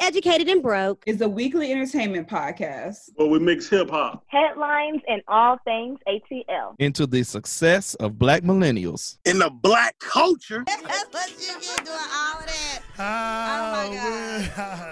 educated and broke. It's a weekly entertainment podcast. Well, we mix hip hop. Headlines and all things ATL. into the success of black millennials. in the black culture. But you get doing all of that. Ah,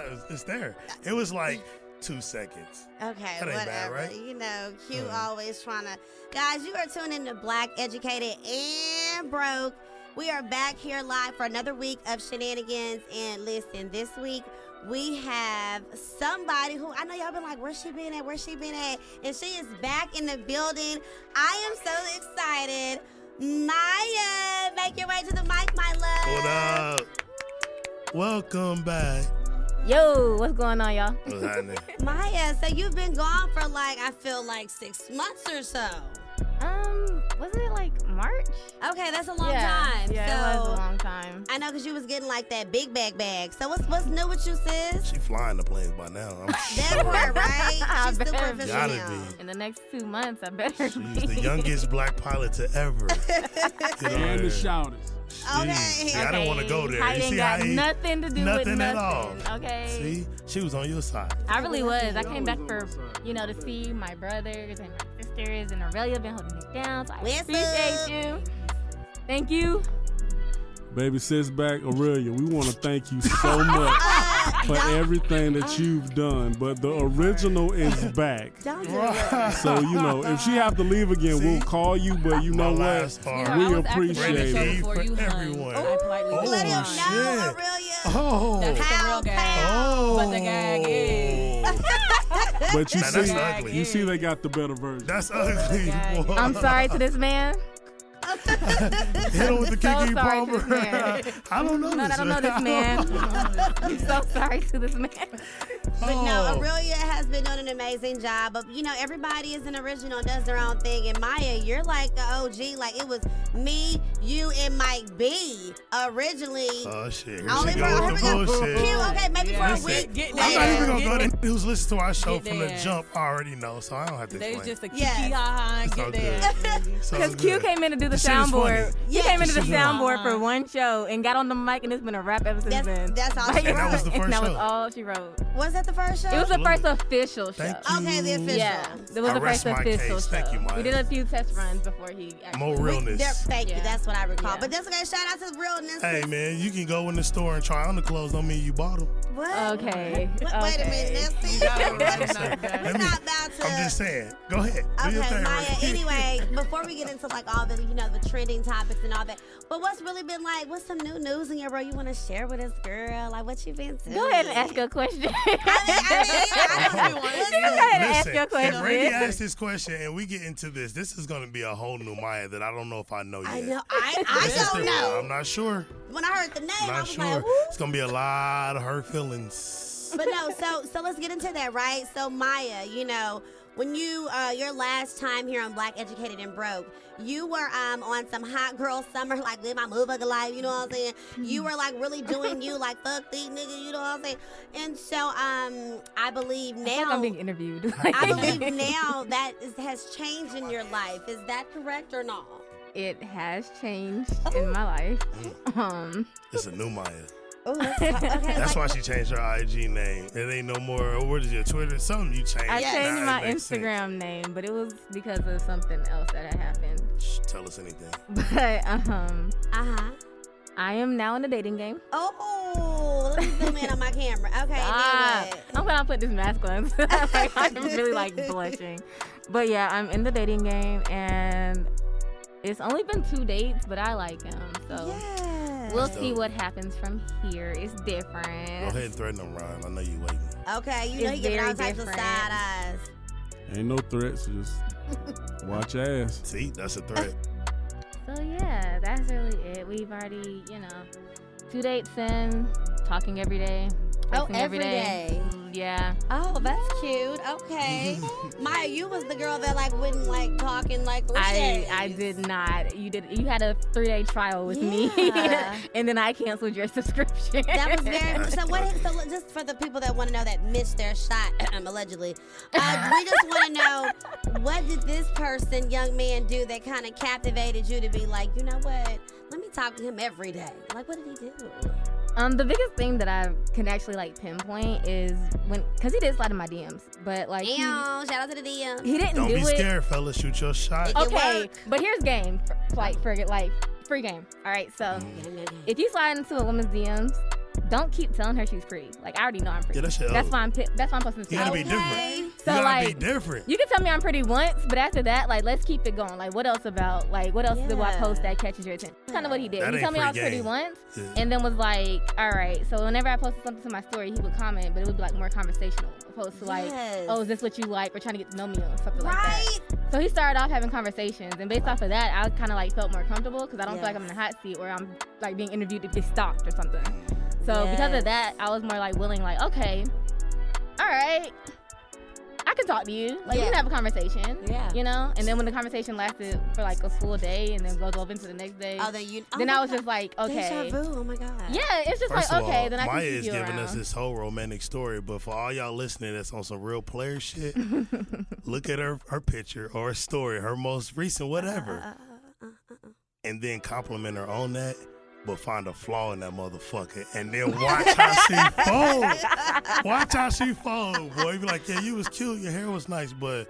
my we're- it's there. It was like two seconds. Okay, That ain't whatever. bad, right? You know, Q Mm. always trying to. Guys, you are tuning in to Black Educated and Broke. We are back here live for another week of shenanigans. And listen, this week we have somebody who I know y'all been like, where's she been at? Where's she been at? And she is back in the building. I am so excited. Maya, make your way to the mic, my love. What up? Welcome back. Yo, what's going on, y'all? What's happening? Maya, so you've been gone for like, I feel like six months or so. Um, wasn't it like March? Okay, that's a long yeah, time. Yeah, so it was a long time. I know because you was getting like that big bag bag. So what's what's new with you, sis? She flying the planes by now. I'm That part, right? I She's still bet. professional. Gotta now. be. In the next two months, I better She's the be. youngest black pilot to ever. And the shouters. Okay. See, I don't want to go there. I you ain't see got how he- nothing to do with nothing nothing at all. Okay. See, she was on your side. I really was. I came Always back on for my side. you know to see my brothers and my sisters and Aurelia been holding it down. So I What's up? appreciate you. Thank you. Baby sis back, Aurelia, we want to thank you so much Uh, for everything that you've done. But the original is back. don't do it. So, you know, if she have to leave again, See? we'll call you. But you My know what? last part. We appreciate Renegade it. for everyone. I politely Oh, Let him shit. know, Aurelia. Oh. Pound, pound. Oh. But the gag is- But you Now, that's see, ugly. you see, they got the better version. That's ugly. boy. Oh I'm sorry to this man. Hit him with the So sorry Kiki to Palmer. this man. I don't know No, this I don't know this man. I'm so sorry to this man. But no, Oh. Aurelia has been doing an amazing job. But you know, everybody is an original, and does their own thing. And Maya, you're like the OG. Like it was me, you, and Mike B originally. Oh, shit. Here Only she for- go here with we the go. bullshit. Q, okay, maybe for a Listen, week. get I'm not even later. down. going to go Get to anybody who's listened to our show Get from the there. jump already know, so I don't have to There's explain. just a kiki Yes. ha ha It's get all there. good. So Because Q good. came in to do the This shit is soundboard. funny. He Yeah. came into the This shit is soundboard funny. for one show and got on the mic, and it's been a rap ever since That's- then. that's all she Like, And that was the and first that was show. all she wrote. Was that the first show? It was the Absolutely. first official Thank show. you. Okay, the official. Yeah, it was I the rest first my official case. show. Thank you, Maya. we did a few test runs before he. More Actually, There- realness. thank you. Yeah. That's what I recall. Yeah. But that's okay. Shout out to the realness. Hey, man, you can go in the store and try on the clothes. Don't mean you bought them. What? Okay. Wait, okay. wait a minute. That's No, no, it. no, no. We're not about to. I'm just saying. Go ahead. Do your Okay, thing, Maya. Ricky. Anyway, before we get into like all the you know the trending topics and all that, but what's really been like? What's some new news in your bro you want to share with us, girl? Like what you been doing? Go ahead and ask a question. I mean, I mean, I don't- Go ahead and ask Listen, your if Brady question. asked this question and we get into this, this is going to be a whole new Maya that I don't know if I know yet. I know. I, I This is don't the- know. I'm not sure. When I heard the name, I not was sure. like, Woo. it's going to be a lot of hurt feelings. but no, so so let's get into that, right? So Maya, you know, when you uh, your last time here on Black Educated and Broke, you were um, on some hot girl summer, like live my motherfucking life. You know what I'm saying? Hmm. You were like really doing you, like fuck these niggas. You know what I'm saying? And so um, I believe I feel like now. I'm being interviewed. I believe now that is, has changed in your life. Is that correct or not? it has changed in my life. Mm-hmm. Um, It's a new Maya. Oh, that's, okay. like, That's why she changed her IG name. It ain't no more. oh, What is your Twitter? Something you changed. I Yes. changed Now it my makes Instagram name, but it was because of something else that had happened. sense. Shh, Tell us anything. But um, Uh huh. I am now in the dating game. Oh, let me zoom in on my camera. Okay, Ah, now what? I'm gonna put this mask on. Like, I'm really like blushing. But yeah, I'm in the dating game, and it's only been two dates, but I like him, so Yes. we'll That's see dope. what happens from here. It's different. Go ahead and threaten them, Ryan. I know you waiting. Okay, you know It's he giving all very types of different. side eyes. Ain't no threats. Just watch your ass. See, that's a threat. So yeah, that's really it. We've already, you know, two dates in, talking every day. Oh, texting every every day. Mm, Yeah. Oh, that's cute. Okay, Maya, you was the girl that like wouldn't like talking like three I days. I did not. You did. You had a three day trial with Yeah. me, and then I canceled your subscription. That was very so. What? That's So just for the people that want to know that missed their shot, allegedly, uh, we just want to know what did this person, young man, do that kind of captivated you to be like, you know what? Let me talk to him every day. Like, what did he do? Um, the biggest thing that I can actually like pinpoint is when, cause he did slide in my DMs, but like he, Damn, shout out to the DM. he didn't Don't do be it. Oh, scared, fella. Shoot your shot. It Okay, worked. but here's game, for- like for like free game. All right, so Mm. if you slide into a woman's DMs, don't keep telling her she's pretty. Like I already know I'm pretty. Yeah, that shit that's old. why I'm pi- that's why I'm supposed to You say. gotta be it. Okay. different. So, you gotta like, be different. You can tell me I'm pretty once, but after that, like, let's keep it going. Like, what else about, like, what else do I Yeah. post that catches your attention? That's kind of what he did. That he ain't told me I was free pretty game. once, Yeah. and then was like, all right. So whenever I posted something to my story, he would comment, but it would be like more conversational, opposed to like, Yes. oh, is this what you like? We're trying to get to know me or something like that. Right? So he started off having conversations, and based off of that, I kind of like felt more comfortable because I don't feel like I'm in a hot seat or I'm like being interviewed to be stalked or something. So because Yes. of that, I was more like willing, like okay, all right, I can talk to you, like we Yeah. can have a conversation, Yeah. you know. And then when the conversation lasted for like a full day and then goes over into the next day, Oh, then you. oh then my I was God. just like Deja okay, vu. Oh my god. yeah, it's just First like of okay, all, then I can Maya keep is you giving around. us this whole romantic story, but for all y'all listening that's on some real player shit, look at her her picture or her story, her most recent whatever, Uh, and then compliment her on that, but find a flaw in that motherfucker, and then watch how she fold. Watch how she fold, boy. You be like, yeah, you was cute, your hair was nice, but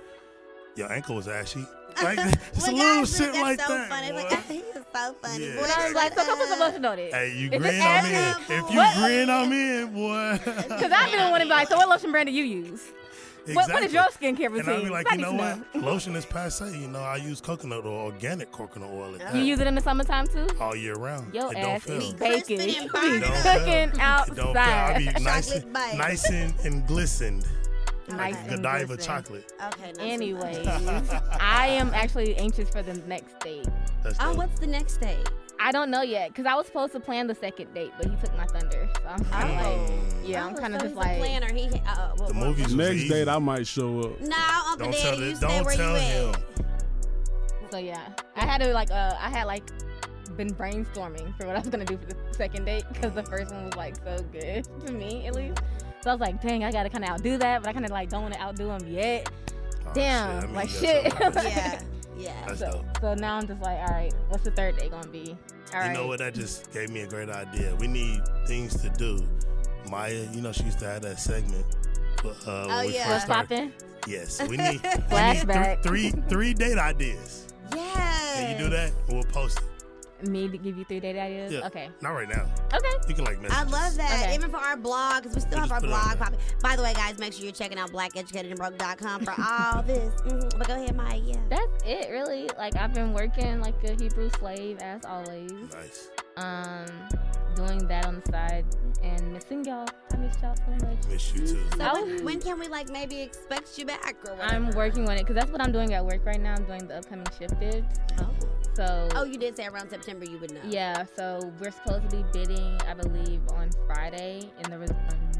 your ankle was ashy. Like just a Well, little guys, shit that's like so that. Funny. boy. Like, he was so funny. Yeah. Boy, And I was like, so come put some emotion on it. Hey, you If it's grin on in. ashy- If you What- grin, I'm in, boy. Cause I've been wanting to be like, so what lotion brand do you use? What, what is your Exactly. skincare routine? And I'll be like, I you need know to what? Lotion is passe. You know, I use coconut oil, organic coconut oil at that You use it in the summertime too? all year round. Your Oh, it ass don't is fail. crispy baking. and burning Don't up. fail. Cooking It don't fail. I be outside. nice, Chocolate and- bite. nice and, and glistened. Nice Like and Godiva glistening. chocolate. Okay. no, Anyways, I am actually anxious for the next date. That's Oh, dope. what's the next day? I don't know yet, cause I was supposed to plan the second date, but he took my thunder. So I'm kind of like, Oh. yeah, I'm Oh, kind of so just he's a like, planner. He. Uh, uh, what- The what- movies was Next easy. date, I might show up. No, Uncle Don't tell, Daddy, the, you stay don't where you tell at. him. so yeah, I had to like, uh, I had like been brainstorming for what I was gonna do for the second date, cause the first one was like so good to me at least. So I was like, dang, I gotta kind of outdo that, but I kind of like don't want to outdo him yet. Oh, Damn, shit. I mean, like, that's shit. how it is. Yeah. Yeah. That's So, dope. so now I'm just like, all right, what's the third day gonna be? All right. You know what? That just gave me a great idea. We need things to do. Maya, you know, she used to have that segment. Uh, Oh, when we yeah. first What's started. popping? Yes, we need, we need three, Flashback. three, three date ideas. Yes. Can you do that? We'll post it. Me to give you three date ideas? Yeah. Okay. Not right now. Okay. You can like message. I love that. Okay. Even for our blog, because we still Yeah, have our just put it on blog popping. there. By the way, guys, make sure you're checking out blackeducatedandbroke.com for all this. Mhm. But go ahead, Maya. Yeah. That's it, really. Like I've been working like a Hebrew slave as always. us. Nice. Um, doing that on the side and missing y'all. I miss y'all so much. Miss you too. So I when, would- when can we like maybe expect you back or whatever? I'm working on it because that's what I'm doing at work right now. I'm doing the upcoming shifted. Oh. So Oh, you did say around September you would know. yeah, so we're supposed to be bidding, I believe, on Friday and the res- on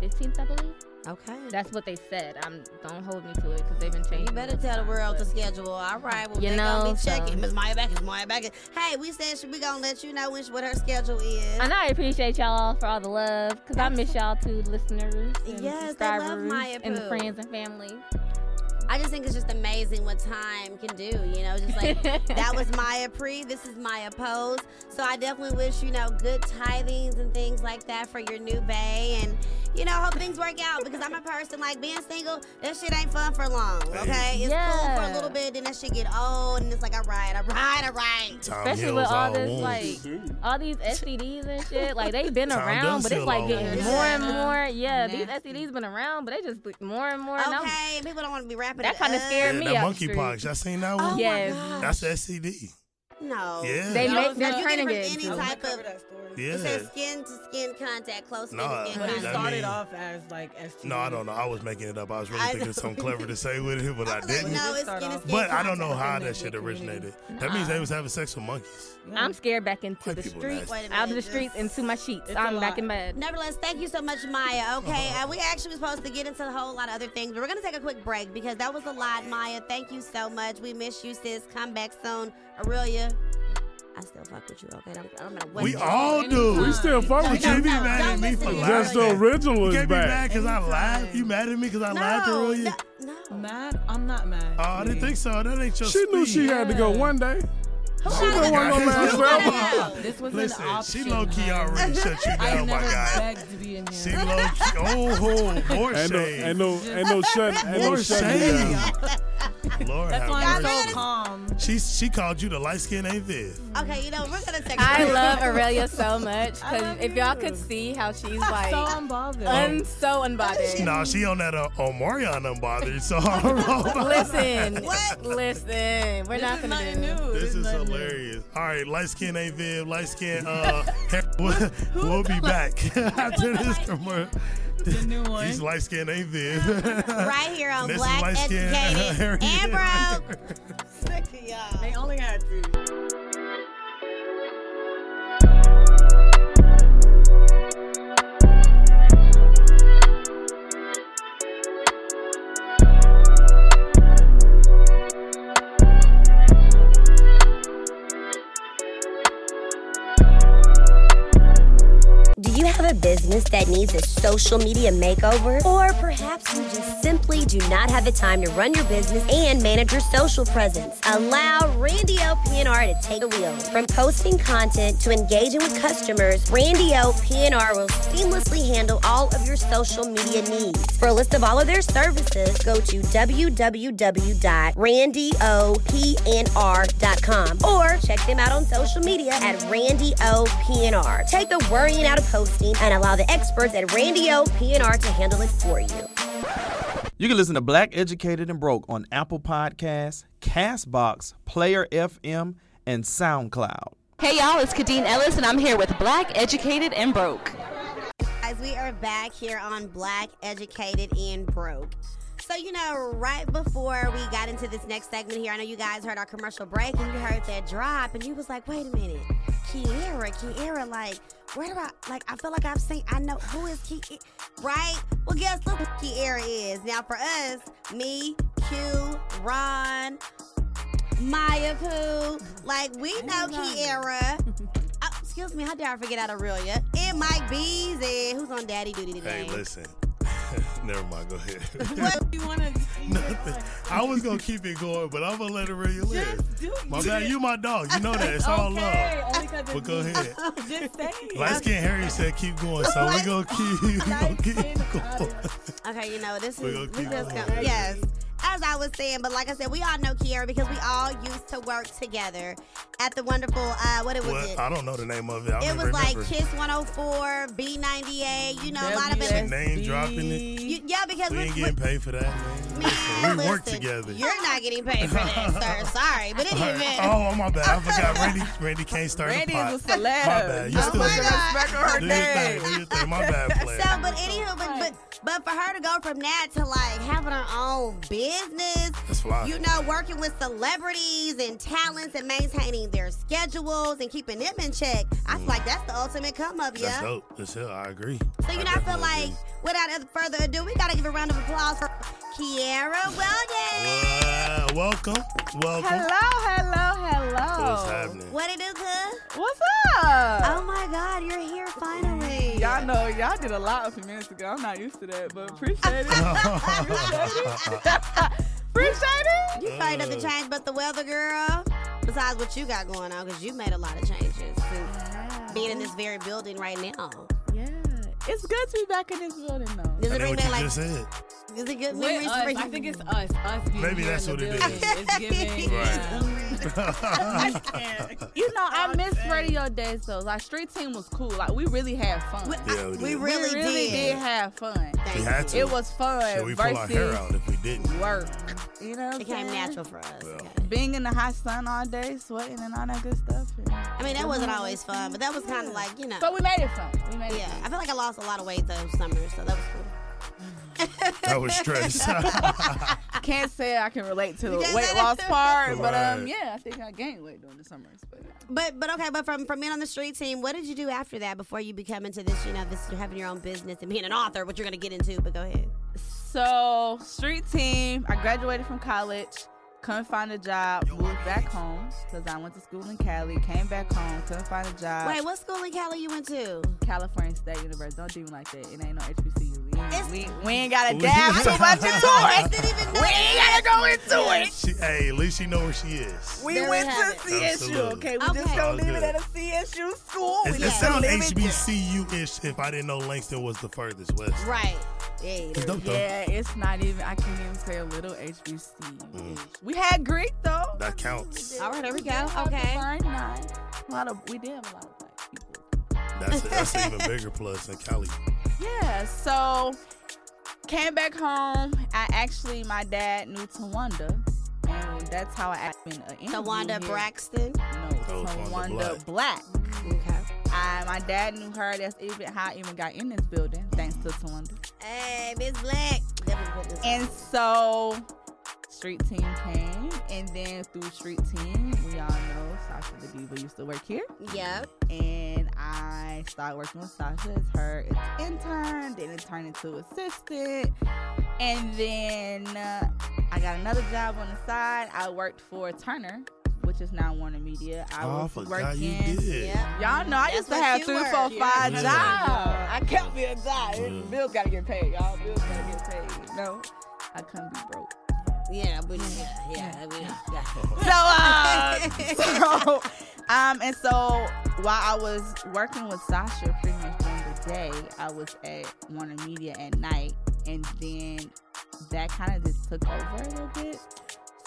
the 15th, I believe. Okay. That's what they said. I'm don't hold me to it because they've been changing. you better it tell the sometimes, world to but- schedule. All right. Well, You they gonna know, be so- checking. Miss Maya back is Maya back. Hey, we said she, we gonna let you know when, she- what her schedule is. And I appreciate y'all for all the love because I miss y'all too, listeners, and Yes, I love subscribers, Maya and Poo. friends and family. I just think it's just amazing what time can do. You know, just like that was Maya Pre. This is Maya Pose. So I definitely wish you know good tidings and things like that for your new bay, and you know hope things work out because I'm a person like being single. That shit ain't fun for long. Okay, it's cool for a Yeah. little bit, then that shit get old, and it's like all right, all right, all right. Tom Especially heals with all all this wounds. like all these STDs and shit. Like they've been Time around, does but it's heal like all getting wounds. more and more. Yeah, Nasty. these STDs been around, but they just look more and more. And I'm, Okay, people don't want to be rapping. that it kind of up. scared yeah, me. that out the monkeypox. street. Y'all seen that one? Oh Yes. my gosh. That's STD. No. Yeah. They No, it's make not. them You get it training from it. any I wanna type cover of. that story. Yeah. It says skin to skin contact, close skin Nah, to skin But it contact. that started mean- off as like STD. No, I don't know. I was making it up. I was really I thinking know. something clever to say with it, but I, was like, didn't. no, It it's did start skin to off- skin but I contact. don't know how that Connected shit community. originated. That means they was having sex with monkeys. I'm scared back into White the people street, nasty. Wait a out of the minute, streets, this- into my sheets. It's a I'm back lot. in bed. Nevertheless, thank you so much, Maya. Okay, uh, we actually were supposed to get into a whole lot of other things, but we're gonna take a quick break because that was a lot, Maya. Thank you so much. We miss you, sis. Come back soon, Aurelia. I still fuck with you. Okay, don't, I don't matter what. we you do. all do. We still fuck But with you you. be no, mad at don't me listen for to lying. me. Just the original You is can't be mad back. because I lied. Anytime. You mad at me because I No, lied to Roya? no, no. Mad? I'm not mad. Oh, I didn't think so. That ain't your She knew speed. she had to go Yeah. one day. Who She gotta don't go? want no Who man's gotta help. go? This was Listen, an she option. low key hun. already shut you I down, my never guy. begged to be in She here. low key. Oh, more Ain't no, ain't shade. no, ain't no shut, ain't no More shut me shade. down. Lord That's why have I'm mercy. so calm. She she called you the light skin Aviv. Okay, you know we're gonna text. I her. love Aurelia so much I because love if y'all you. could see how she's So like unbothered. un so No, unbothered. nah, she on that uh, Omarion unbothered, so I don't know. Listen, What? listen, we're This not is gonna do. nothing new. This is nothing new. hilarious. All right, light skin Aviv, light skin. Uh, we'll, we'll be back after this tomorrow. The new one. He's light skin Aviv. right here on This is Black light-skinned Educated Harriet. and Broke. They only had two. Do you have a business that needs a social media makeover? Or perhaps you just simply do not have the time to run your business and manage your social presence? Allow Randy O PNR to take the wheel. From posting content to engaging with customers, Randy O PNR will seamlessly handle all of your social media needs. For a list of all of their services, go to www.randyopnr.com or check them out on social media at Randy O PNR. Take the worrying out of posting and allow the experts at Randy O PNR to handle it for you. You can listen to Black Educated and Broke on Apple Podcasts, Castbox, Player FM, and SoundCloud. Hey y'all, it's Kadeen Ellis and I'm here with Black Educated and Broke. Guys, we are back here on Black Educated and Broke. So, you know, right before we got into this next segment here, I know you guys heard our commercial break and you heard that drop, and you was like, wait a minute, Kiera, Kiera, like, where do I, like, I feel like I've seen, I know, who is Kiera, right? Well, guess who Kiera is. Now, for us, me, Q, Ron, Maya Poo, like, we know Kiera. Uh, excuse me, how dare I forget out Aurelia? And Mike Beasley, who's on daddy duty today. hey, listen. Never mind. Go ahead. What do you want to Nothing. I was gonna keep it going, but I'm gonna let it really live. just do? My it. guy, you my dog. You know that. It's all love. okay, only 'cause But it's go me. ahead. Just say it. Light skin Harry said keep going, so we're gonna keep, we gonna Light skin keep Harry. going. Okay, you know, this We're is gonna we keep just going. gonna, yes. As I was saying, but like I said, we all know Kiara because we all used to work together at the wonderful uh what it was What? it? I don't know the name of it. I it don't was remember. like Kiss 104, B98, you know, a lot of She it. name dropping it. You, yeah, because We we, ain't getting paid for that. Man. we- Listen, we work listen, together. You're not getting paid for that, sir. Sorry, but it All right. even. Oh, my bad. I forgot. Randy, Randy can't start Brandy a pot. is a Oh celeb. My bad. You I'm still supposed to do your respect her Do your name. thing. Do your thing. My bad, player. Oh So, but anywho, but, but but for her to go from that to like having her own business, That's fly. you know, working with celebrities and talents and maintaining their schedules and keeping them in check, I feel like that's the ultimate come up, That's yeah. dope. That's hell. I agree. So you know, I feel definitely like agree. without other- further ado, we gotta give a round of applause for Kiara Oh. Weldon. Wow. welcome. Welcome. Hello, hello, hello. What's happening? What it do, cuz? What's up? Oh my God, you're here finally. Y'all know y'all did a lot a few minutes ago. I'm not used to that, but appreciate it. appreciate it. You probably nothing changed but the weather, girl. Besides what you got going on, because you made a lot of changes since being in this very building right now. Yeah, it's good to be back in this building though. Does I it know bring what back you like just said. is it good With memories us, for you? I think it's us. Us being Maybe here that's in the what it building. is. It's giving. yeah. yeah, You know, I miss radio days though. Like street team was cool. Like we really had fun. we, I- we we did. really, we really did. did. have fun. Thank We had you. to. It was fun Should we pull our hair versus out if we didn't? work. You know, what I'm It came saying? natural for us. Well. Okay. Being in the hot sun all day, sweating and all that good stuff. I mean, that wasn't always fun, but that was kind of like you know. But we made it fun. We made yeah, it. I feel like I lost a lot of weight those summers, so that was cool. That was stress. Fun. Can't say I can relate to the You just weight said loss it. part, but um, Right. yeah, I think I gained weight during the summers. But yeah. But but okay, but from from being on the street team, what did you do after that before you become into this? You know, this having your own business and being an author, what you're gonna get into. But go ahead. So street team. I graduated from college. Couldn't find a job. Moved back home because I went to school in Cali. Came back home. Couldn't find a job. Wait, what school in Cali you went to? California State University. Don't do me like that. It ain't no HBCU. It's We, we ain't gotta dive too much into it. We ain't gotta go into it. She, hey, at least she know where she is. We went to CSU, Absolutely. okay? We just Okay. don't Sounds leave it good. at a CSU school. It, we it just sounds leave it HBCU-ish if I didn't know Langston was the furthest west. Right. It's dope, though. Yeah, it's not even. I can't even say a little HBC. We had Greek though. Mm. That counts. All right, there we go. Okay. A lot of we did have a lot. Of, That's, a, that's an even bigger plus in Cali. yeah. So came back home. I actually my dad knew Tawanda, and that's how I actually in an interview Tawanda here. Braxton? No, Tawanda Black. I, my dad knew her. That's even how I even got in this building, thanks to Tawanda. Hey, Miss Black. That was what this And so Street Team came, and then through Street Team, we all know Sasha the Diva used to work here. Yep. And I started working with Sasha as her intern, then it turned into assistant, and then uh, I got another job on the side. I worked for Turner. Which is now Warner Media. I Oh, I was forgot working. you did. Yep. Y'all know I That's used to what have you three, were. four, five Yeah. jobs. Yeah. I kept me a job. Bills gotta get paid, y'all. Bills gotta get paid. No, I couldn't be broke. Yeah, but yeah, yeah, I mean, yeah. So, uh, so, um, and so while I was working with Sasha pretty much during the day, I was at Warner Media at night, and then that kind of just took over a little bit.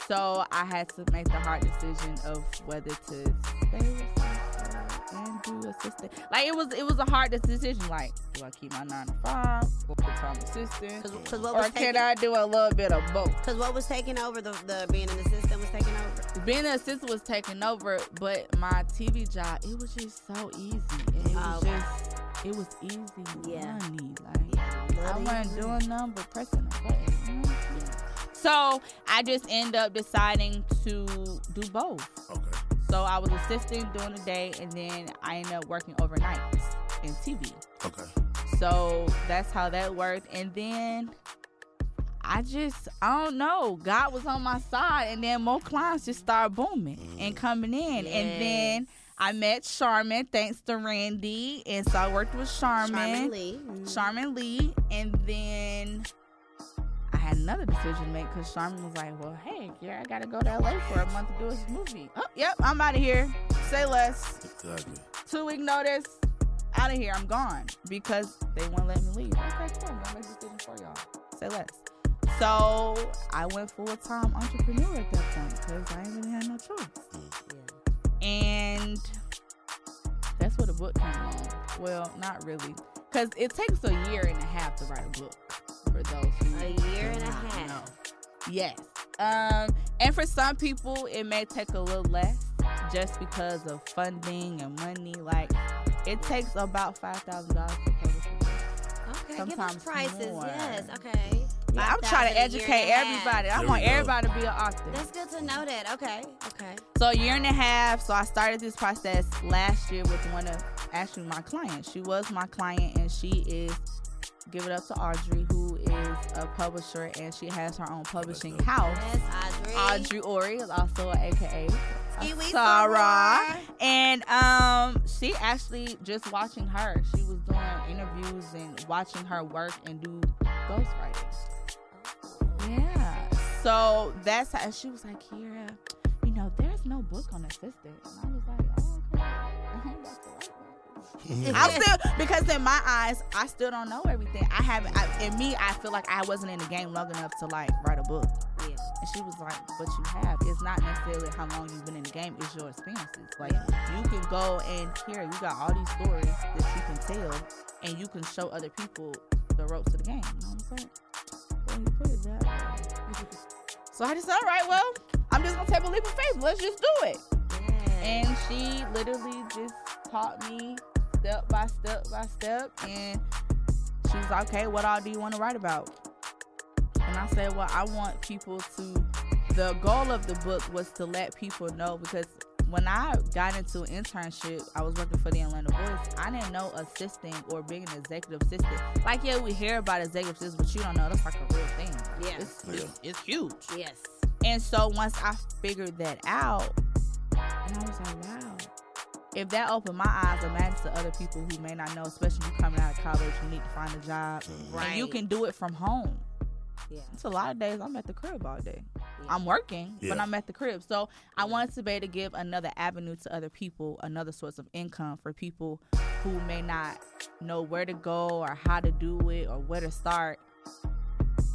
So I had to make the hard decision of whether to stay with Sasha and do assistant. Like it was, it was a hard decision. Like, do I keep my nine to five or become assistant? Cause what or was can taking, I do a little bit of both? Cause what was taking over the, the being in the system was taking over. being an assistant was taking over, but my TV job, it was just so easy. And it Oh, was okay. just, it was easy Yeah. money. Like, I easy wasn't doing nothing but pressing a button. you know? So I just end up deciding to do both. Okay. So I was assisting during the day, and then I ended up working overnight in TV. Okay. So that's how that worked. And then I just, I don't know. God was on my side. And then more clients just started booming and coming in. And then I met Charmin thanks to Randy. And so I worked with Charmin. Charmin Lee. Charmin Lee. And then I had another decision to make because Charmin was like, well, hey, yeah, I got to go to LA for a month to do this movie. Oh, yep, I'm out of here. Say less Exactly. two week notice, out of here, I'm gone because they won't let me leave. Okay, cool, I made a decision for y'all. Say less. So I went full time entrepreneur at that point because I ain't really had no choice. And that's where the book came along. Well, not really, because it takes a year and a half to write a book for those who A year and a half. Yes. Um, and for some people, it may take a little less just because of funding and money. Like, it takes about five thousand dollars to publish. a book. Mm. Okay, give Sometimes us prices. more. Yes. Okay. Like, I'm trying 5,000 a to year and educate a half. everybody. I There want we go. everybody to be an author. That's good to know that. Okay. Okay. So a year and a half. So I started this process last year with one of actually my clients. She was my client, and she is give it up to Audrey, who is a publisher, and she has her own publishing house. Yes, Audrey Ori is also a AKA Kiwi Sarah, and um, she actually just watching her. She was doing interviews and watching her work and do ghostwriting. Yeah. So that's how and she was like, Kira, you know, there's no book on assistant. And I was like, "Oh, I still because in my eyes, I still don't know everything. I haven't. I, in me, I feel like I wasn't in the game long enough to like write a book. Yeah. And she was like, "But you have. It's not necessarily how long you've been in the game. It's your experiences. Like you can go and here, you got all these stories that you can tell, and you can show other people the ropes to the game. You know what I'm saying? Well, you put it that way. So I just said, all right, well, I'm just gonna take a leap of faith. Let's just do it. And she literally just taught me step by step by step. And she was like, okay, what all do you want to write about? And I said, well, I want people to. The goal of the book was to let people know because when I got into internship, I was working for the Atlanta Voice. I didn't know assistant or being an executive assistant. Like, yeah, we hear about executive assistants, but you don't know that's like a real thing. Yeah. It's, it's, it's huge. Yes. And so once I figured that out, and I was like, wow, if that opened my eyes, imagine to other people who may not know, especially you coming out of college, you need to find a job. And you Right. can do it from home. Yeah. It's a lot of days I'm at the crib all day. I'm working, but Yeah. I'm at the crib. So I wanted to be able to give another avenue to other people, another source of income for people who may not know where to go or how to do it or where to start.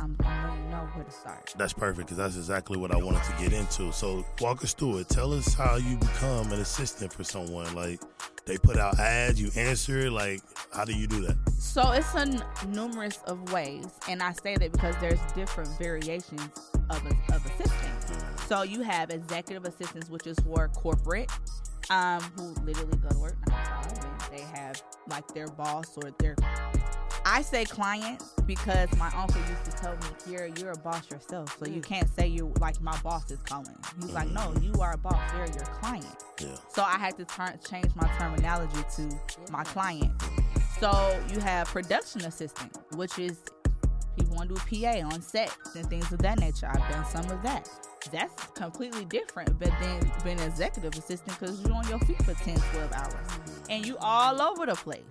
I'm, I'm letting you know where to start. That's perfect because that's exactly what I wanted to get into. So walk us through it. Tell us how you become an assistant for someone. Like they put out ads, you answer. Like how do you do that? So it's a n- numerous of ways, and I say that because there's different variations of a, of assisting. So you have executive assistants, which is for corporate, um, who literally go to work nine to five, and they have like their boss or their. I say clients because my uncle used to tell me, "Here, you're a boss yourself, so you Mm. can't say you like my boss is calling." He's like, "No, you are a boss. They're your client." Yeah. So I had to turn change my terminology to my client. So you have production assistant, which is people want to do PA on set and things of that nature. I've done some of that. That's completely different, but then being an executive assistant because you're on your feet for 10, 12 hours and you all over the place.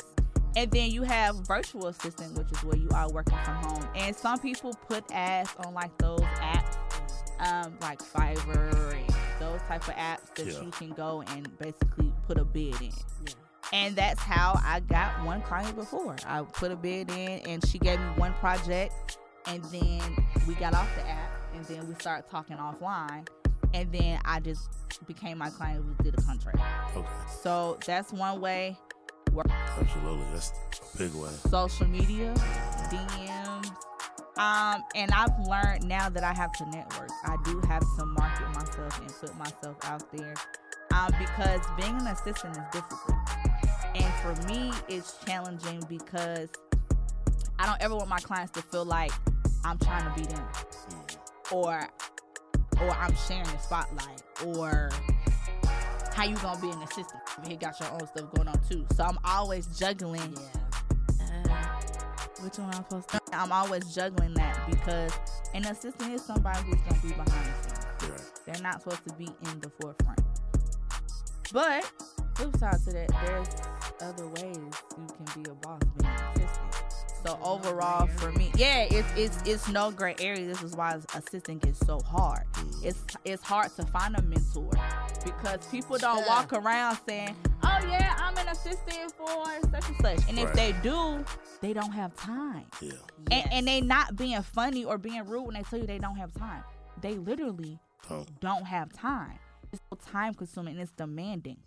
And then you have virtual assistant, which is where you are working from home. And some people put ads on like those apps, um, like Fiverr and those type of apps that Yeah. you can go and basically put a bid in. And that's how I got one client before. I put a bid in and she gave me one project and then we got off the app and then we started talking offline and then I just became my client we did a contract. Okay. So that's one way. Absolutely. That's a big way. Social media, DMs. Um, and I've learned now that I have to network. I do have to market myself and put myself out there um, because being an assistant is difficult. And for me, it's challenging because I don't ever want my clients to feel like I'm trying to be them Mm-hmm. or or I'm sharing the spotlight or how you gonna be an assistant? You got your own stuff going on too. So I'm always juggling. Yeah. Uh, which one am I supposed to? I'm always juggling that because an assistant is somebody who's gonna be behind the scenes. They're not supposed to be in the forefront. But flip side to that, there's other ways you can be a boss being an assistant. So overall, for me, yeah, it's it's it's no gray area. This is why assistant gets so hard. It's it's hard to find a mentor because people don't Sure. walk around saying, "Oh yeah, I'm an assistant for such and such," and if Right. they do, they don't have time. Yeah. And, and they not being funny or being rude when they tell you they don't have time. They literally don't have time. It's so time consuming and it's demanding.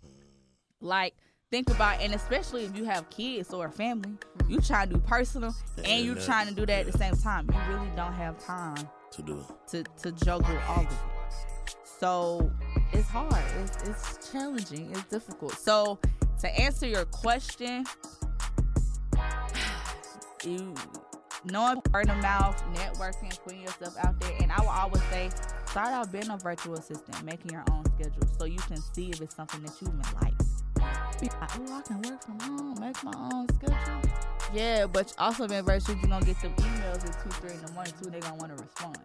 Like, think about and especially if you have kids or a family, you trying to do personal and you Yeah. trying to do that at the same time. You really don't have time To do. to, to juggle all of it. So it's hard. It's, it's challenging. It's difficult. So to answer your question, you knowing word of mouth, networking, putting yourself out there, and I will always say, start out being a virtual assistant, making your own schedule so you can see if it's something that you even like. Be like, oh, I can work from home, make my own schedule. Yeah, but also being virtual, you're gonna get some emails at two, three in the morning too. They're gonna want to respond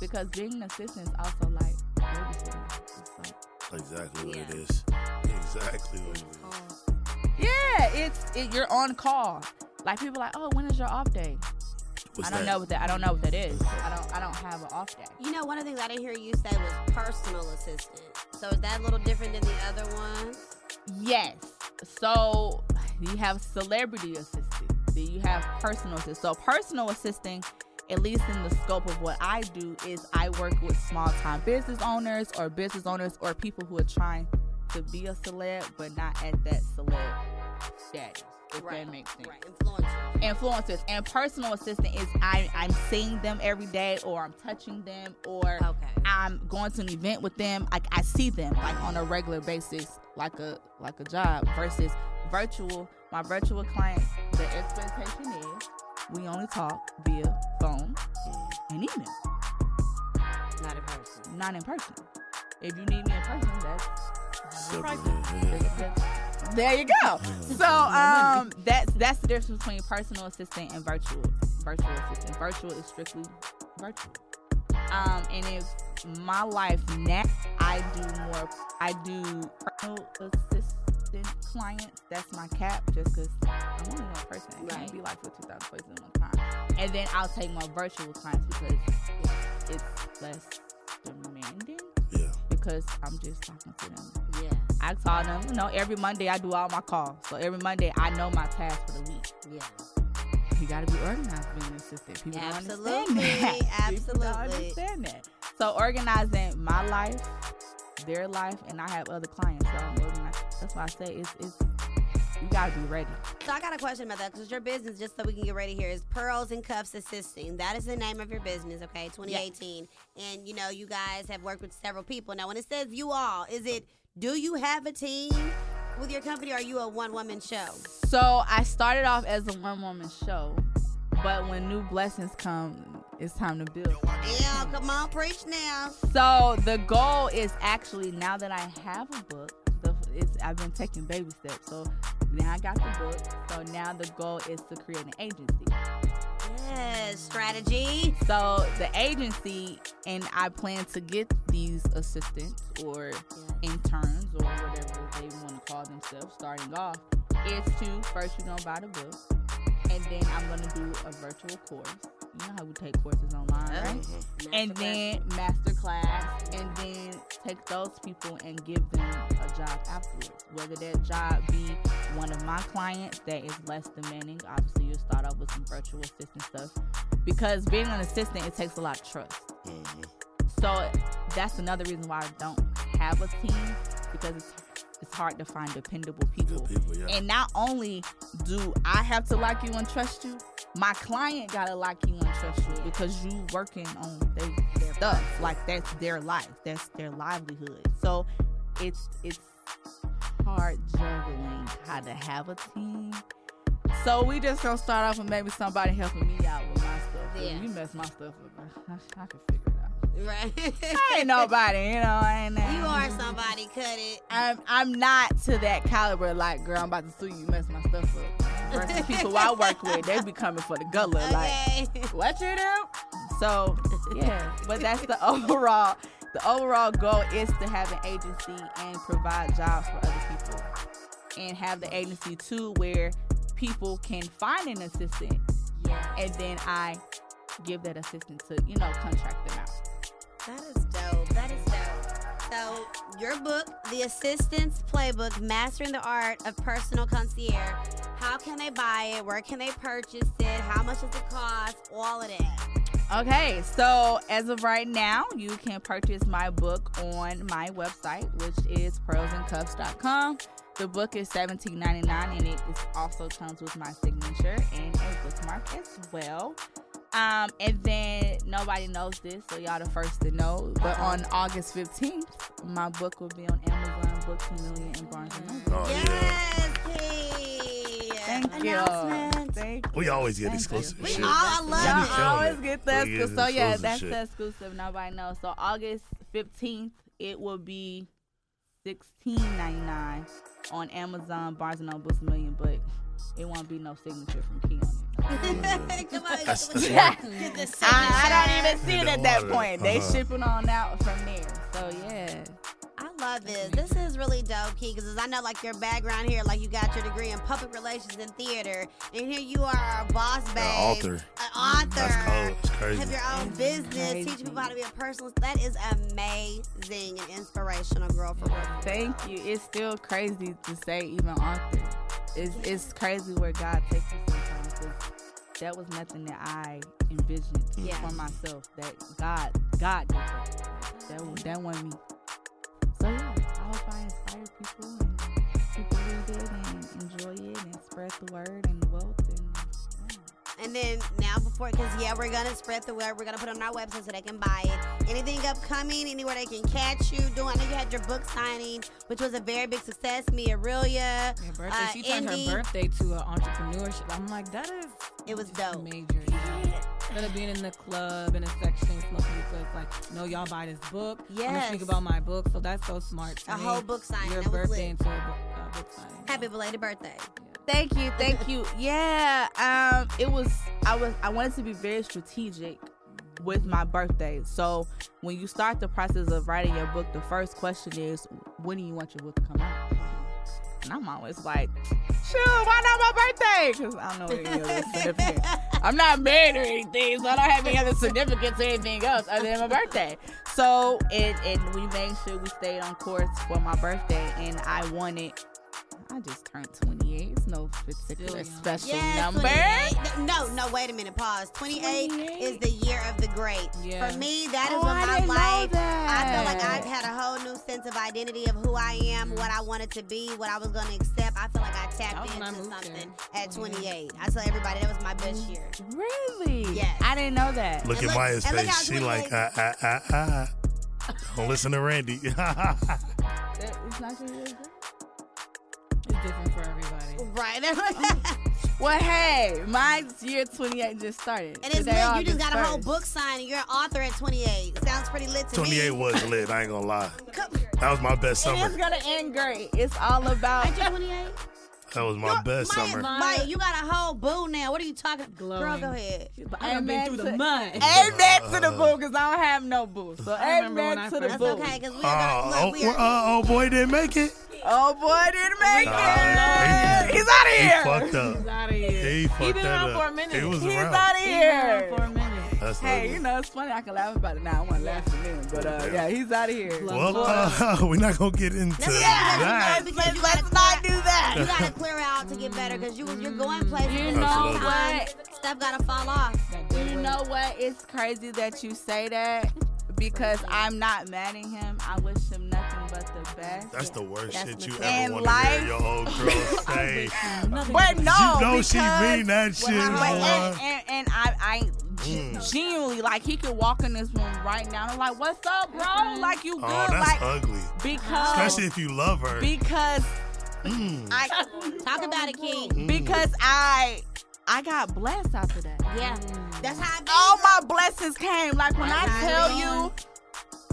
because being an assistant is also like babysitting. It's like Exactly what it is. Exactly what it Oh. is. Yeah, it's it, you're on call. Like people like, oh, when is your off day? What's I don't that? know what that. I don't know what that is. I don't. I don't have an off day. You know, one of the things I didn't hear you say was personal assistant. So is that a little different than the other ones? Yes. So you have celebrity assisting. Then you have personal assist. So personal assisting, at least in the scope of what I do, is I work with small time business owners or business owners or people who are trying to be a celeb but not at that celeb status. If that makes sense. Right. Influencers. Influencers and personal assistant is I, I'm seeing them every day or I'm touching them or I'm going to an event with them. Like I see them like on a regular basis, like a like a job versus virtual. My virtual clients, the expectation is we only talk via phone and email. Not in person. Not in person. If you need me in person, that's there you go. So um, that's that's the difference between personal assistant and virtual virtual assistant. Virtual is strictly virtual. Um, and if my life now, I do more. I do personal assistant clients. That's my cap, just because I'm only one person. I can't be like with 2,000 places at one time. And then I'll take more virtual clients because it's, it's less demanding. Yeah. Because I'm just talking to them. Yeah. I call them. You know, every Monday I do all my calls. So every Monday I know my task for the week. Yeah. You got to be organized being an assistant. People don't Absolutely. understand that. People don't Absolutely. understand that. So organizing my life, their life, and I have other clients. So I'm organized. That's why I say it's it's you got to be ready. So I got a question about that because your business, just so we can get ready here, is Pearls and Cuffs Assisting. That is the name of your business, okay? 2018, and you know you guys have worked with several people. Now, when it says you all, is it do you have a team with your company, or are you a one woman show? So I started off as a one woman show, but when new blessings come, it's time to build. Yeah, come on, preach now. So the goal is actually now that I have a book, the, it's, I've been taking baby steps. So now I got the book. So now the goal is to create an agency. Yes, strategy. So the agency and I plan to get these assistants or interns or whatever they want to call themselves starting off is to first you're gonna buy the book and then I'm gonna do a virtual course. You know how we take courses online, Yeah. right? Mhm. And then master class and then take those people and give them a job afterwards. Whether that job be one of my clients that is less demanding, obviously you'll start off with some virtual assistant stuff. Because being an assistant it takes a lot of trust. Mm-hmm. So that's another reason why I don't have a team because it's it's hard to find dependable people. yeah. And not only do I have to like you and trust you, my client gotta like you and trust you because you working on they, their stuff. Like that's their life. That's their livelihood. So it's it's hard juggling how to have a team. So we just gonna start off with maybe somebody helping me out with my stuff. 'cause Yeah. You mess my stuff up. I, I can figure it out. Right. I ain't nobody, you know. I ain't You are somebody. Cut it. I'm I'm not to that caliber. Like, girl, I'm about to sue you. Mess my stuff up. Versus people I work with, they be coming for the gullet. Like, what you do? So, yeah. But that's the overall. The overall goal is to have an agency and provide jobs for other people, and have the agency too, where people can find an assistant, and then I give that assistant to you know contract them out. That is dope. That is dope. So, your book, The Assistant's Playbook Mastering the Art of Personal Concierge, how can they buy it? Where can they purchase it? How much does it cost? All of that. Okay, so as of right now, you can purchase my book on my website, which is pearlsandcuffs.com. The book is $17.99 and it is also comes with my signature and a bookmark as well. Um, and then nobody knows this, so y'all the first to know. But on August 15th, my book will be on Amazon, Book Chameleon, and Barnes and Noble. Oh, yeah. Yes, Key. Thank you. Announcement. Thank We always get Thank you. exclusive We shit. all I Y'all love it. always get that We exclusive. get So yeah, exclusive that's shit. the exclusive nobody knows. So August fifteenth, it will be sixteen ninety nine on Amazon, Barnes and Noble's Million, but it won't be no signature from Key on it. Come on, get the- That's- that's get the I, I don't even They see it don't at that want it. point. They Uh-huh. shipping on out from there. So yeah, I love this. This is really dope, Key, because I know like your background here, like you got your degree in public relations and theater, and here you are a boss babe, An author. an author. That's cold. It's Have crazy. your own business, crazy. teach people how to be a personal. That is amazing and inspirational, girl. For real. thank you. It's still crazy to say even author. It's it's crazy where God takes you sometimes. 'cause That was nothing that I envisioned Yeah. for myself. That God, God did that. That one, that one me. So yeah, I hope I inspire people and people read it and enjoy it and spread the word and the wealth and And then now before, because yeah, we're gonna spread the word. We're gonna put it on our website so they can buy it. Anything upcoming, anywhere they can catch you doing. I know you had your book signing, which was a very big success. Me, Aurelia, Her birthday. Uh, she turned Indy. her birthday to an entrepreneurship. I'm like, that is it was just dope. major. Yeah. Instead of being in the club in a section, smoking the club, it's like, no, y'all buy this book. I'm gonna Yes. speak about my book. So that's so smart. A whole book signing. Your That was birthday lit. into a book, uh, book signing. Happy belated birthday. Thank you, thank you. Yeah, um, it was. I was. I wanted to be very strategic with my birthday. So when you start the process of writing your book, the first question is, when do you want your book to come out? And I'm always like, shoot, why not my birthday? Because I don't know any other significant. I'm not married or anything, so I don't have any other significance or anything else other than my birthday. So and and we made sure we stayed on course for my birthday, and I wanted. I just turned 28. It's no particular special Yes, number. 28. Th- No, no, wait a minute. Pause. 28, is the year of the great. Yeah. For me, that is Oh, when I my didn't know life, I feel that. like I've had a whole new sense of identity of who I am, what I wanted to be, what I was going to accept. I feel like I tapped into something at 28. I tell everybody that was my best year. Really? Yes. I didn't know that. Look at Maya's face. She like, ah, ah, ah, ah. Don't listen to Randy. It's not your year. It's different for everybody. Right. Oh. well, hey, my year 28 just started. And it's Today, lit. You just August got a whole 1st. book signed and you're an author at 28. Sounds pretty lit to me. 28 was lit. I ain't gonna lie. That was my best It is summer. gonna end great. It's all about. Aren't you 28? That was my best summer. Maya, you got a whole boo now. What are you talking? Girl, Glowing. go ahead. I done been through the mud. Amen to the Uh-huh. boo, cause I don't have no boo. So I remember when amen I to the first- boo. That's okay, 'cause Oh, oh, oh, oh, boy, didn't make it. Oh boy, didn't make Nah, it. he- He's out of he here. fucked up. He's out of here. He fucked been that around up. for a minute. He was He's around. out of here. for a minute. That's Hey, hey, you know it's funny. I can laugh about it now. I want to laugh at him, but uh, yeah, he's out of here. well, Boy. uh, we're not gonna get into that. Because you gotta not do that. You gotta clear out to get better because you was you're going places. You and know sometimes what? Stuff gotta fall off. You know what? It's crazy that you say that because I'm not mad at him. I wish him nothing but the best. That's the worst shit you And ever want to hear life- your old girl say. But no, you know she because- mean that shit. But- boy. and, and, and I, I Mm, gen- genuinely like he could walk in this room right now. And I'm like, what's up, bro? Like you good? Oh, that's like Oh. ugly. because Especially if you love her. because Mm. I talk about it, King. Because I I got blessed after that. Yeah, that's how. All Oh, my blessings came. Like when I tell you,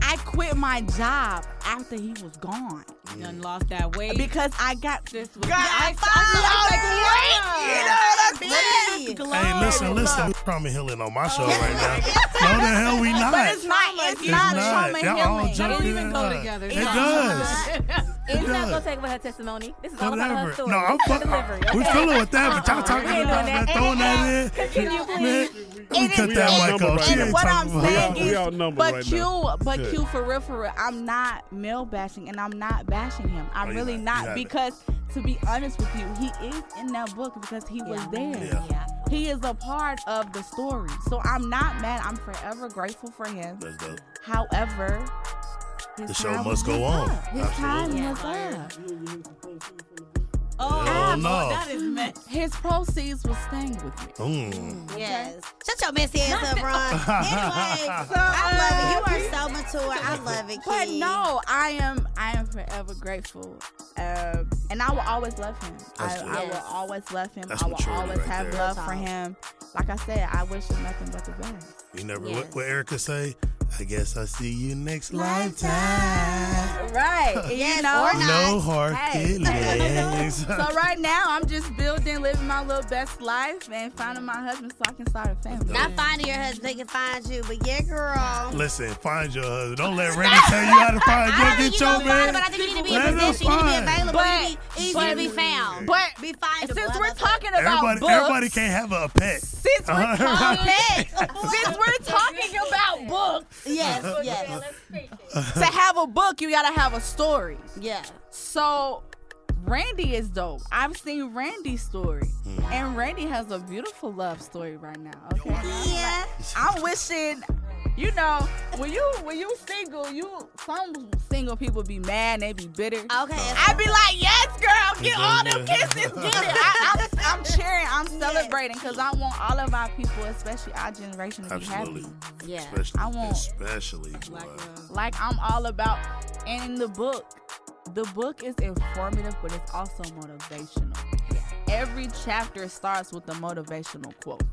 I quit my job after he was gone. Done lost that weight. Because I got this. was- God, I I- I lost weight. You know what I'm saying? Hey, listen, listen. We're trauma healing on my show right now. no, the hell we not. But it's not. It's, It's not, not. trauma Y'all all healing. jumped They don't in even go and- together. It does. It's not does. gonna take away her testimony. This is all about her Whatever. story. No, her I'm fucking. delivery. We okay? feeling with that, but y'all talking ain't about doing that, that. throwing that in. Continue, Man, we cut and- that mic and- off. She and ain't what talking I'm about saying that. is, but you, but Good. you, for real, for real, I'm not male bashing, and I'm not bashing him. I'm Oh, you're really not. not, You haven't. because, to be honest with you, he is in that book because he was there. Yeah. He is a part of the story, so I'm not mad. I'm forever grateful for him. That's dope. However, The his show time must was go on. up. His Absolutely. time was up. Hell no. His proceeds was staying with me. Mm. Yes. Shut your messy ass up, Ron. anyway, I love it. You are so mature. I love it, But King. no, I am I am forever grateful. Um, and I will always love him. I, That's good. I will Yes. always love him. That's I will maturity always right have there. love for him. Like I said, I wish him nothing but the best. You never. Yes. What, what Erica say? I guess I'll see you next lifetime. Right. Yes, you know, or No hard feelings. So right now I'm just building, living my little best life and finding my husband so I can start a family. Not finding your husband, they can find you. But yeah, girl. Listen, find your husband. Don't let Randy tell you how to find I don't your think get you your gonna find it, man. but I think you need to be Let in him position. You need to find. be available. But- you need to be easy but- to be found. But be fine. Since we're talking about Everybody, books, everybody can't Uh-huh. have a pet. Since we're since we're talking about books, Yes, yes. to have a book, you gotta have a story. Yeah. So Randy is dope. I've seen Randy's story, and Randy has a beautiful love story right now. Okay. Yeah. I'm wishing, you know, when you when you single, you some single people be mad, they be bitter. Okay. I be like, yes, girl, get all them kisses, get it. I, I'm, I'm cheering, I'm celebrating, cause I want all of our people, especially our generation, to be Absolutely. happy. Yeah. Especially, I want- especially boy. Like I'm all about, and in the book, the book is informative, but it's also motivational. Every chapter starts with a motivational quote.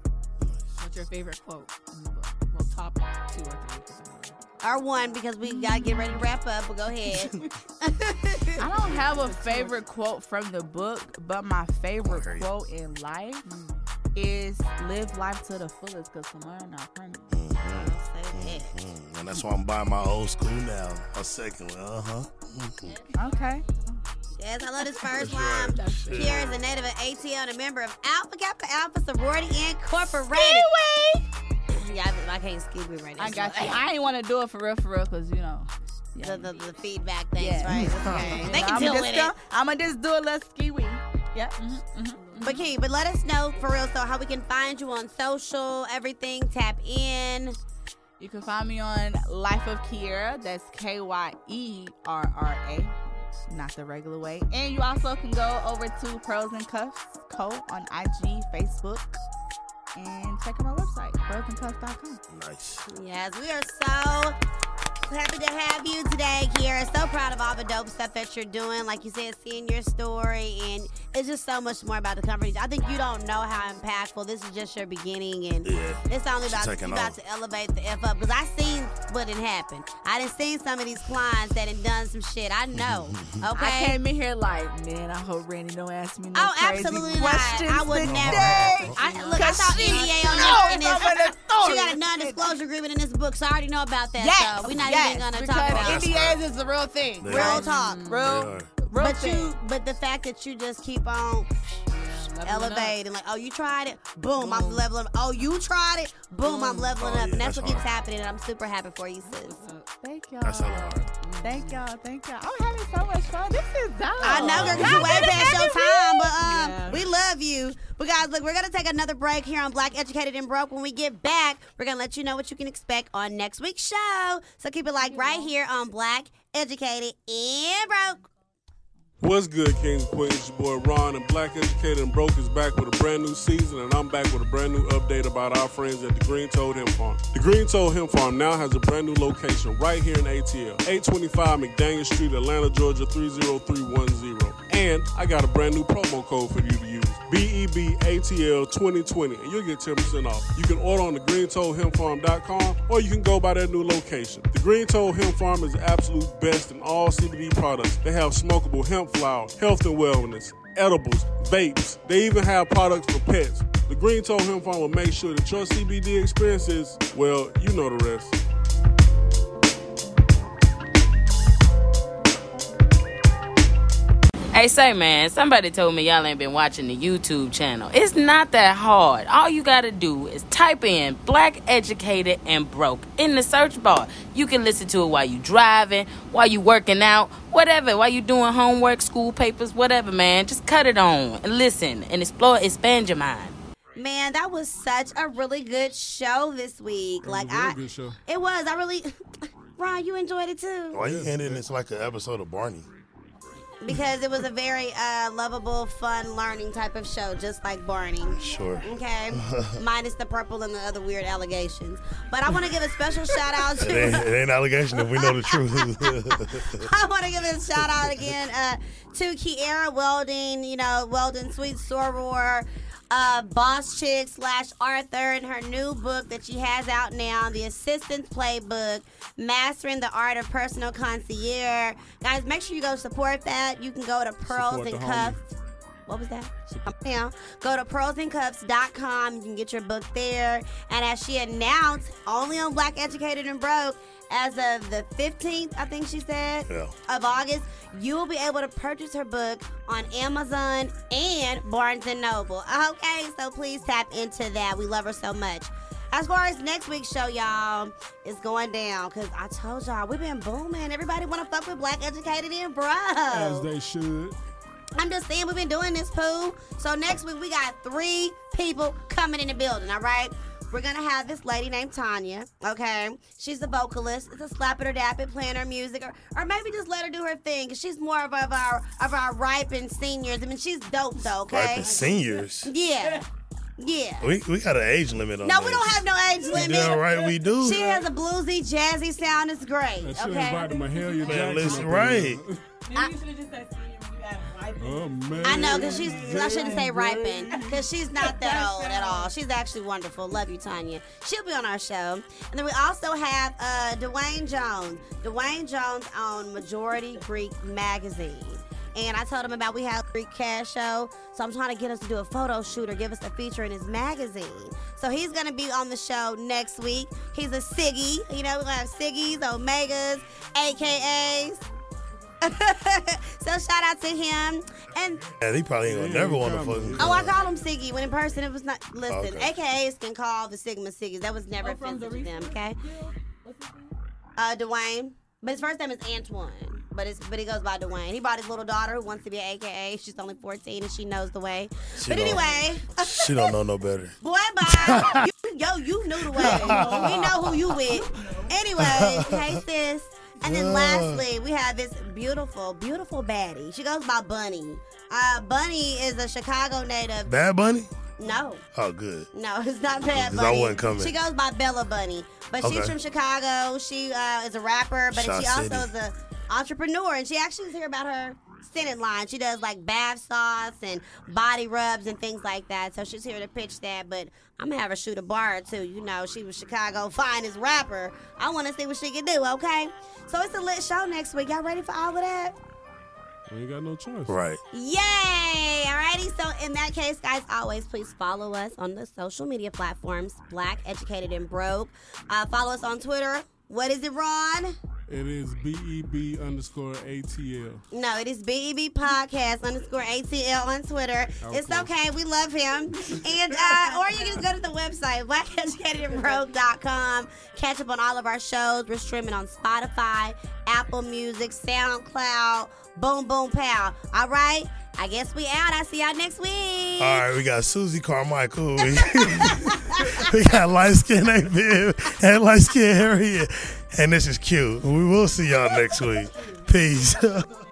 What's your favorite quote in the book? Well, top two or three. 'cause I don't know. Our one because we gotta get ready to wrap up. But go ahead. I don't Mm. have a favorite quote from the book, but my favorite quote in life is live life to the fullest because tomorrow not promised. Mm, Mm-hmm, And that's why I'm buying my old school now. A second one. Uh huh. Okay. Yes, I love this first line. Kiara is a native of ATL and a member of Alpha Kappa Alpha Sorority Incorporated. yeah, I, I can't excuse me right now. I got you. I ain't want to do it for real, for real, because, you know. The, the, the feedback things, right? It's okay. They can I'm deal just with it. gonna- I'ma just do a little ski wee. Yeah. Mm-hmm, But Key, but let us know for real, so how we can find you on social, everything. Tap in. You can find me on Life of Kiera. That's K Y E R R A, not the regular way. And you also can go over to Pearls and Cuffs Co. on IG, Facebook, and check out my website, pearlsandcuffs.com. Nice. Yes, we are so happy to have you today, Kiara. So proud of all the dope stuff that you're doing. Like you said, seeing your story, and it's just so much more about the company. I think you don't know how impactful. This is just your beginning, and Yeah. it's only She's about taking you about off. to elevate the f up. Because I seen what had happened. I done seen some of these clients that had done some shit. I know. Okay. I came in here like, man, I hope Randy don't ask me no Oh, crazy absolutely not. questions I would today. never. I, look, I Cause saw she NDA on this. knows In I'm gonna this throw she got it. a non-disclosure agreement in this book, so I already know about that. Yes, so we're not yes, even gonna because talk about it. NDAs is the real thing. They real are. talk. Mm. Real, real But thing. you, but the fact that you just keep on elevating, like, oh, you tried it, boom, I'm leveling. up. Oh, you tried it, boom, I'm leveling up, Oh, yeah, and that's, that's what keeps hard. happening. And I'm super happy for you, sis. Thank y'all. That's a lot. Thank y'all. Thank y'all. I'm having so much fun. This is dope. I Oh. know, girl, 'cause you way past your time, but um, we love you. But guys, look, we're gonna take another break here on Black Educated and Broke. When we get back, we're gonna let you know what you can expect on next week's show. So keep it like right here on Black Educated and Broke. What's good, Kings and Queens? It's your boy Ron, and Black Educated and Broke is back with a brand new season, and I'm back with a brand new update about our friends at the Green Toad Hemp Farm. The Green Toad Hemp Farm now has a brand new location right here in ATL, 825 McDaniel Street, Atlanta, Georgia 30310. And I got a brand new promo code for you to use, E BEBATL2020, and you'll get 10% off. You can order on thegreentowhempfarm.com, or you can go by their new location. The Green Toad Hemp Farm is the absolute best in all CBD products. They have smokable hemp flour, health and wellness, edibles, vapes. They even have products for pets. The Green Toe Hemp Farm will make sure that your CBD experience is, well, you know the rest. Hey, say, man, somebody told me y'all ain't been watching the YouTube channel. It's not that hard. All you gotta do is type in black educated and broke in the search bar. You can listen to it while you driving, while you working out, whatever, while you doing homework, school papers, whatever, man. Just cut it on and listen and explore, expand your mind. Man, that was such a really good show this week. Like I, good show. it was. I really, Ron, you enjoyed it too. Why you ending this like an episode of Barney? because it was a very uh, lovable, fun, learning type of show, just like Barney. Sure. Okay, minus the purple and the other weird allegations. But I want to give a special shout out It to. ain't, it ain't allegation if we know the truth. I want to give a shout out again uh, to Kiara Welding, you know, Welding Sweet Soror, uh, Boss Chick slash Arthur, and her new book that she has out now, The Assistant's Playbook, Mastering the Art of Personal Concierge. Guys, make sure you go support that. You can go to Pearls Support and the homie. Cuffs. What was that? Yeah. Go to pearlsandcups.com. You can get your book there. And as she announced, only on Black Educated and Broke, as of the 15th, I think she said, Yeah. of August, you will be able to purchase her book on Amazon and Barnes and Noble. Okay, so please tap into that. We love her so much. As far as next week's show, y'all, it's going down because I told y'all we've been booming. Everybody want to fuck with Black Educated and Broke. As they should. I'm just saying we've been doing this, Pooh. So next week we got three people coming in the building, all right? We're gonna have this lady named Tanya, okay? She's a vocalist. It's a slap it or dap it, playing her music, or, or maybe just let her do her thing, cause she's more of, of our of our ripened seniors. I mean, she's dope though, okay? Ripe and seniors. Yeah, yeah. We, we got an age limit on No, this. we don't have no age limit. damn right we do. She has a bluesy, jazzy sound. It's great. That should okay. invite Man, Mahalia Jackson. listen, up in right. here. I- Oh, man. I know, cause she's. I shouldn't say ripen, cause she's not that old at all. She's actually wonderful. Love you, Tanya. She'll be on our show, and then we also have uh, Dwayne Jones. Dwayne Jones on Majority Greek Magazine. And I told him about we had Greek Cash Show. So I'm trying to get us to do a photo shoot or give us a feature in his magazine. So he's going to be on the show next week. He's a Siggy. You know, we're going to have Siggies, Omegas, AKAs. so shout out to him. And And he probably ain't gonna never want to fuck. Oh, I called him Siggy when in person it was not. Listen, Okay. AKAs can call the Sigma Siggies. That was never offensive to them, okay? Uh, Dwayne, but his first name is Antoine. But it's but he goes by Dwayne. He brought his little daughter who wants to be an AKA. She's only 14 and she knows the way. She but don't- anyway, She don't know no better. boy, bye. you, yo, you knew the way. we know who you with. Anyway, hey sis. And then Yeah. lastly, we have this beautiful, beautiful baddie. She goes by Bunny. Uh, Bunny is a Chicago native. Bad Bunny? No. Oh, good. No, it's not Bad 'Cause Bunny. I wasn't coming. She goes by Bella Bunny, but she's Okay. from Chicago. She uh, is a rapper, but Shot she also City. is an entrepreneur, and she actually is here about her scented line. She does like bath salts and body rubs and things like that. So she's here to pitch that. But I'm gonna have her shoot a bar or two. You know, she was Chicago finest rapper. I want to see what she can do. Okay, so it's a lit show next week. Y'all ready for all of that? We ain't got no choice. Right. Yay! Alrighty, so in that case, guys, always please follow us on the social media platforms Black, Educated, and Broke. Uh, follow us on Twitter. What is it, Ron? It is BEB underscore ATL. No, it is BEB Podcast underscore ATL on Twitter. It's Okay. okay. We love him. And uh, or you can just go to the website, blackeducatedandbroke.com. Catch up on all of our shows. We're streaming on Spotify, Apple Music, SoundCloud, Boom Boom Pow. All right. I guess we out. I see y'all next week. All right, we got Susie Carmichael. We, we got light skin Viv and light skin Harriet. And this is cute. We will see y'all next week. Peace.